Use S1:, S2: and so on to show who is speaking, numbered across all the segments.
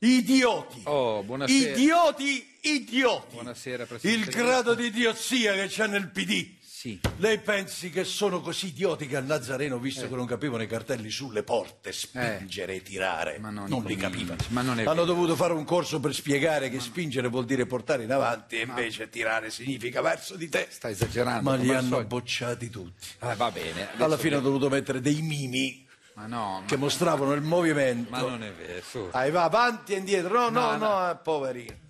S1: Idioti!
S2: Oh, buonasera.
S1: Idioti, idioti!
S2: Buonasera, Presidente.
S1: Il grado di idiozia che c'è nel PD.
S2: Sì.
S1: Lei pensi che sono così idioti che a Nazareno, visto
S2: Eh.
S1: che non capivano i cartelli sulle porte, spingere e tirare,
S2: Ma no,
S1: non li
S2: Nicolini,
S1: capivano.
S2: ma non è
S1: Hanno
S2: vero.
S1: dovuto fare un corso per spiegare che spingere vuol dire portare in avanti e invece tirare significa verso di te.
S2: Sta esagerando,
S1: Ma
S2: come
S1: li
S2: al
S1: hanno
S2: solito.
S1: bocciati tutti.
S2: Ah, va bene.
S1: Alla
S2: adesso-
S1: fine hanno dovuto mettere dei mimi
S2: Ma no, ma,
S1: che mostravano il movimento.
S2: ma non è vero. su.
S1: Ah, e va avanti e indietro. No, no, no, eh, poverino.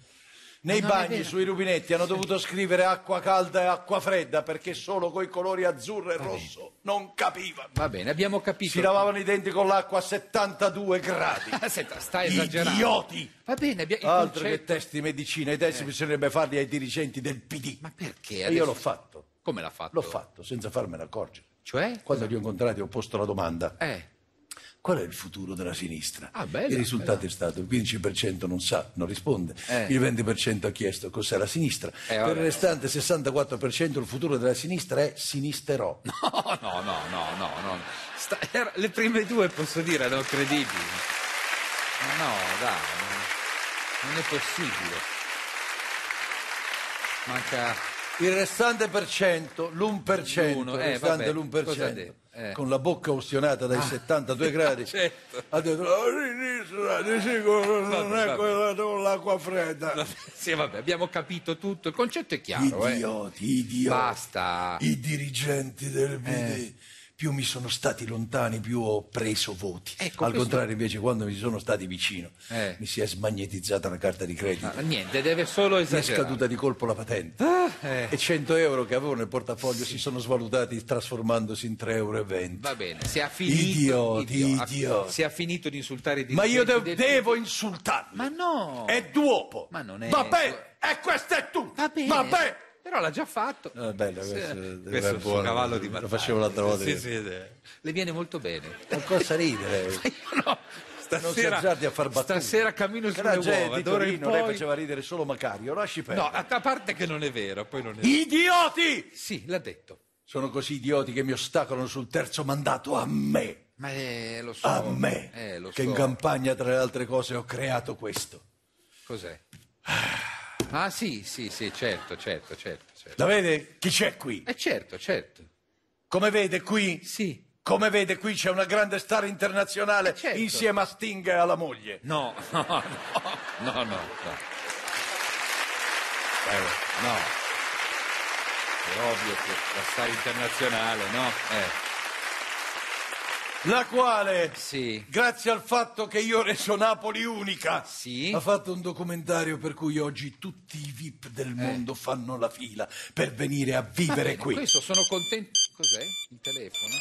S1: Nei bagni, sui rubinetti, hanno dovuto scrivere acqua calda e acqua fredda perché solo coi colori azzurro e rosso non capivano.
S2: Va bene, abbiamo capito.
S1: Si lavavano i denti con l'acqua a 72 gradi.
S2: Ah, senta, sta esagerando.
S1: Idioti!
S2: Va bene, abbia- il
S1: Altro che
S2: concetto- Eh.
S1: testi di medicina, i testi bisognerebbe farli ai dirigenti del PD.
S2: Ma perché?
S1: E
S2: adesso-
S1: io l'ho fatto,
S2: Come l'ha fatto?
S1: l'ho fatto senza farmene accorgere.
S2: Cioè?
S1: Quando li ho incontrati ho posto la domanda.
S2: Eh,
S1: Qual è il futuro della sinistra?
S2: Ah, bella,
S1: il risultato è stato il 15% non sa, non risponde,
S2: Eh.
S1: il 20% ha chiesto cos'è la sinistra, per
S2: vabbè.
S1: il restante 64% il futuro della sinistra è sinisterò.
S2: no, no, no, no, no. no. Sta- era- Le prime due, posso dire, erano credibili. Ma no, dai, non- non è possibile. Manca...
S1: Il restante per cento, l'1%,
S2: L'uno,
S1: il
S2: eh,
S1: restante
S2: vabbè, cosa ha detto? Eh. Ah,
S1: l'1%, con la bocca ustionata dai 72 gradi,
S2: certo.
S1: ha detto la sinistra di sicuro non
S2: Vabbè,
S1: è
S2: vabbè.
S1: quella dell'acqua fredda.
S2: Sì, vabbè, abbiamo capito tutto. Il concetto è chiaro, eh.
S1: Idioti, idioti.
S2: Basta. Eh.
S1: I dirigenti del PD. Più mi sono stati lontani, più ho preso voti.
S2: Ecco,
S1: Al
S2: questo-
S1: contrario, invece, quando mi sono stati vicino,
S2: Eh.
S1: mi si è smagnetizzata la carta di credito.
S2: Ah, niente, deve solo
S1: mi è
S2: esagerare.
S1: scaduta di colpo la patente
S2: eh.
S1: e 100 euro che avevo nel portafoglio si sono svalutati trasformandosi in 3,20 euro.
S2: Va bene, si è finito.
S1: Idioti,
S2: idio- ha-
S1: idioti.
S2: Si è finito di insultare i
S1: Ma io de-
S2: dirigenti del-
S1: devo Eh, insultarli.
S2: Ma no.
S1: È dopo.
S2: Ma non è-
S1: Vabbè, e questo è tutto.
S2: Va bene.
S1: Vabbè.
S2: Però l'ha già fatto.
S1: Eh, bello, questo
S2: Sì,
S1: deve
S2: questo è
S1: essere
S2: il suo
S1: buono.
S2: cavallo di
S1: Lo
S2: battaglia.
S1: facevo l'altra volta
S2: Sì,
S1: io.
S2: sì, sì. Le viene molto bene.
S1: Ma cosa ridere?
S2: No, stasera,
S1: azzardi a far battute.
S2: stasera cammino
S1: Che
S2: sulle
S1: la
S2: uova.
S1: gente di
S2: d'ora in
S1: Torino, lei
S2: poi-
S1: faceva ridere solo Macario, lasci perdere.
S2: No, a a parte che non è vero, poi non è vero.
S1: Idioti!
S2: Sì, l'ha detto.
S1: Sono così idioti che mi ostacolano sul terzo mandato a me.
S2: Ma eh, lo so.
S1: A me.
S2: Eh, lo
S1: che
S2: so.
S1: in campagna, tra le altre cose, ho creato questo.
S2: Cos'è? Ah sì, sì, sì, certo, certo, certo. certo.
S1: La vede chi c'è qui?
S2: Eh certo, certo.
S1: Come vede qui?
S2: Sì.
S1: Come vede qui c'è una grande star internazionale
S2: Eh, certo.
S1: insieme a Sting e alla moglie.
S2: No, no, no, no, no, no. Eh, no. È ovvio che la star internazionale, no? Eh,
S1: La quale,
S2: Sì.
S1: grazie al fatto che io ho reso Napoli unica,
S2: Sì.
S1: ha fatto un documentario per cui oggi tutti i VIP del mondo fanno la fila per venire a vivere
S2: Eh. Ah, bene,
S1: qui.
S2: Questo sono contento. Cos'è? Il telefono?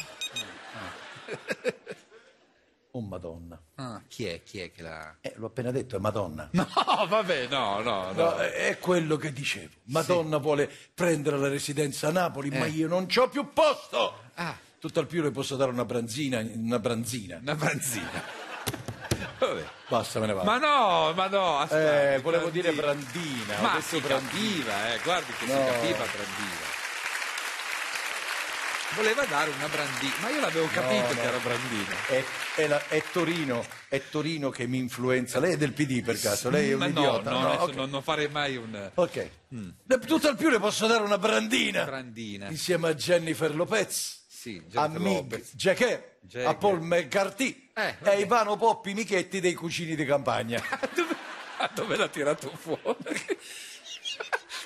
S1: Oh Madonna.
S2: Ah, chi è? Chi è che l'ha?
S1: Eh, l'ho appena detto, è Madonna.
S2: No, vabbè, no, no, no.
S1: No, eh, è quello che dicevo. Madonna vuole prendere la residenza a Napoli, ma io non c'ho più posto.
S2: Eh. Ah.
S1: Tutt'al più le posso dare una branzina, una branzina.
S2: Una branzina. Vabbè.
S1: Basta, me ne vado.
S2: Ma no, ma no, aspetta.
S1: Eh, volevo dire
S2: branzina.
S1: brandina, ho
S2: Ma
S1: detto
S2: si
S1: brandina.
S2: capiva, eh, guardi che si
S1: No.
S2: capiva Brandiva. Voleva dare una Brandina, ma io l'avevo capito che era Brandina.
S1: È, è la- è Torino, è Torino che mi influenza. Lei è del PD per caso? Lei è un
S2: ma no,
S1: idiota.
S2: no, adesso
S1: ok.
S2: non, non farei mai un
S1: Ok. Le- Tutt'al più le posso dare una brandina
S2: Brandina.
S1: insieme a Jennifer Lopez.
S2: sì,
S1: a
S2: Jennifer
S1: Mig
S2: Lopez.
S1: Jacquet,
S2: Jagger.
S1: a Paul McCarthy
S2: Eh,
S1: e a
S2: vabbè.
S1: Ivano Poppi Michetti dei Cucini di Campagna.
S2: Dove, da dove l'ha tirato fuori?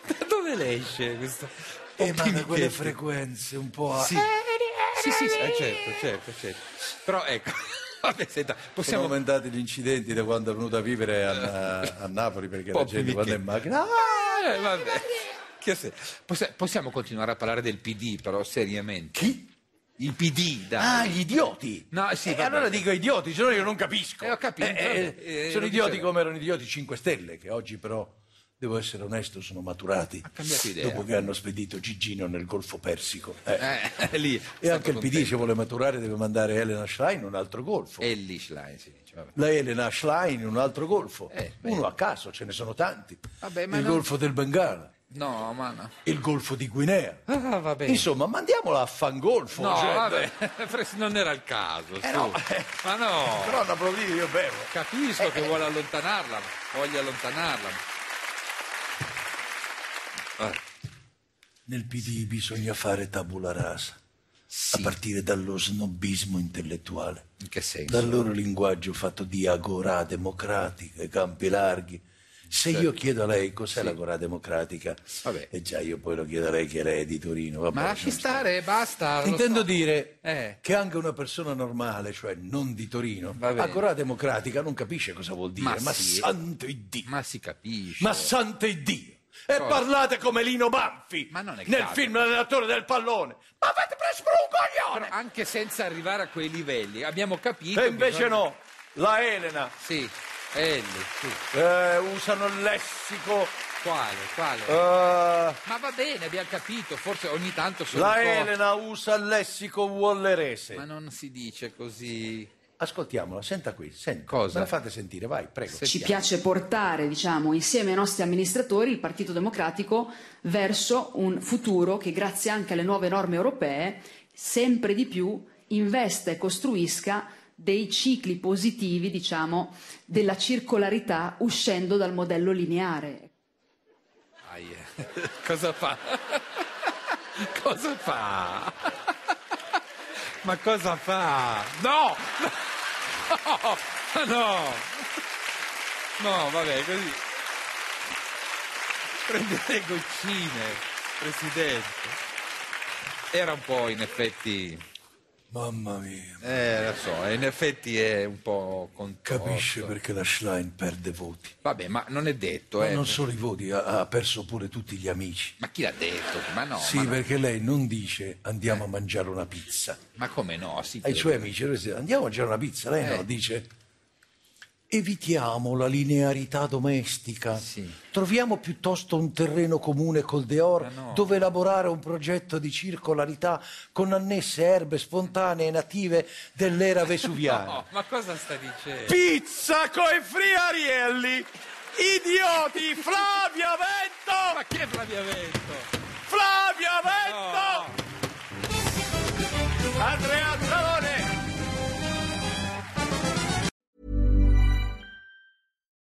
S2: da dove le esce questo?
S1: E Eh, ma da quelle Eh,
S2: Michetti.
S1: frequenze un po' a...
S2: Sì. Sì, sì, sì, eh, certo, certo, certo. Però ecco, vabbè, senta,
S1: Sono
S2: possiamo...
S1: aumentati gli incidenti da quando è venuta a vivere a, a Napoli perché la
S2: Poppi
S1: gente quando è in
S2: Michetti.
S1: macchina... "Ah,
S2: Eh, vabbè. Che se- possi- possiamo continuare a parlare del PD, però, seriamente?
S1: Chi?
S2: Il PD, dai.
S1: Ah, gli idioti!
S2: No, sì,
S1: Eh,
S2: vabbè.
S1: allora dico idioti, se no io non capisco.
S2: Eh, ho capito, vabbè. Eh,
S1: sono
S2: lo
S1: idioti
S2: dicevo.
S1: come erano idioti i 5 Stelle, che oggi però, devo essere onesto, sono maturati.
S2: cambiato idea.
S1: Dopo che hanno spedito Gigino nel Golfo Persico. Eh.
S2: Eh, lì.
S1: e anche il PD se
S2: dice
S1: vuole maturare deve mandare Elena Schlein in un altro golfo.
S2: Ellie Schlein, si dice, vabbè.
S1: La Elena Schlein in un altro golfo.
S2: Eh, beh.
S1: Uno a caso, ce ne sono tanti.
S2: Vabbè, ma
S1: il
S2: non-
S1: golfo del Bengala,
S2: No, ma no.
S1: il golfo di Guinea.
S2: Ah, va bene.
S1: Insomma, mandiamola a Fangolfo.
S2: No,
S1: cioè, Eh,
S2: vabbè, Fres- non era il caso, su.
S1: no.
S2: Ma no,
S1: Però Eh, non applaudire io bevo.
S2: capisco che vuole allontanarla, ma voglio allontanarla. ma- Eh,
S1: Nel PD bisogna fare tabula rasa, a
S2: sì,
S1: partire dallo snobismo intellettuale,
S2: in che senso?
S1: dal loro linguaggio fatto di agorà democratica, campi larghi. Se io chiedo a lei cos'è l'agorà democratica,
S2: Certo. Vabbè.
S1: e già io poi lo chiedo a lei che lei è di Torino. vabbè,
S2: Ma lasci
S1: non sta-
S2: stare, basta. lo
S1: Intendo
S2: so.
S1: dire
S2: Eh.
S1: che anche una persona normale, cioè non di Torino,
S2: Va bene.
S1: agorà democratica non capisce cosa vuol dire,
S2: Ma
S1: ma,
S2: sì.
S1: santo Iddio!
S2: Ma si capisce.
S1: Ma santo Dio! E parlate come Lino Banfi
S2: Ma non è
S1: nel
S2: grave.
S1: film L'allenatore del pallone. Ma avete preso per un coglione!
S2: Anche senza arrivare a quei livelli, abbiamo ah, capito.
S1: E invece
S2: bisogna-
S1: no, la Elena
S2: Sì, Ellie, sì.
S1: eh, usano il lessico.
S2: Quale, quale?
S1: eh,
S2: Ma va bene, abbiamo capito, forse ogni tanto sono
S1: la
S2: un po'-
S1: Elena usa il lessico wallerese.
S2: Ma non si dice così.
S1: Ascoltiamola, senta qui, senta.
S2: Cosa?
S1: Me la fate sentire, vai, prego.
S2: Se-
S3: ci piace portare, diciamo, insieme ai nostri amministratori il Partito Democratico verso un futuro che, grazie anche alle nuove norme europee, sempre di più investa e costruisca dei cicli positivi, diciamo, della circolarità uscendo dal modello lineare.
S2: Aia. Cosa fa? cosa fa? Ma cosa fa? No! No! No! No, vabbè, così. Prende le goccine, Presidente. Era un po' in effetti...
S1: Mamma mia,
S2: Eh, lo so, in effetti è un po' contorto.
S1: capisce perché la Schlein perde voti.
S2: Vabbè, ma non è detto,
S1: Ma
S2: eh.
S1: non solo i voti, ha- ha perso pure tutti gli amici.
S2: Ma chi l'ha detto? Ma no,
S1: Sì,
S2: ma, no. Eh.
S1: perché lei non dice andiamo a mangiare una pizza.
S2: Ma come no? Sì,
S1: Ai
S2: credo.
S1: suoi amici lui dice, andiamo a mangiare una pizza, lei
S2: Eh.
S1: no, dice evitiamo la linearità domestica,
S2: Sì.
S1: troviamo piuttosto un terreno comune col
S2: Ma
S1: Deor
S2: no.
S1: dove elaborare un progetto di circolarità con annesse erbe spontanee native dell'era vesuviana.
S2: No, ma cosa sta dicendo?
S1: Pizza coi friarielli, idioti, Flavia Vento!
S2: Ma che Flaviavento?
S1: Flavia Vento! Andrea Zalone!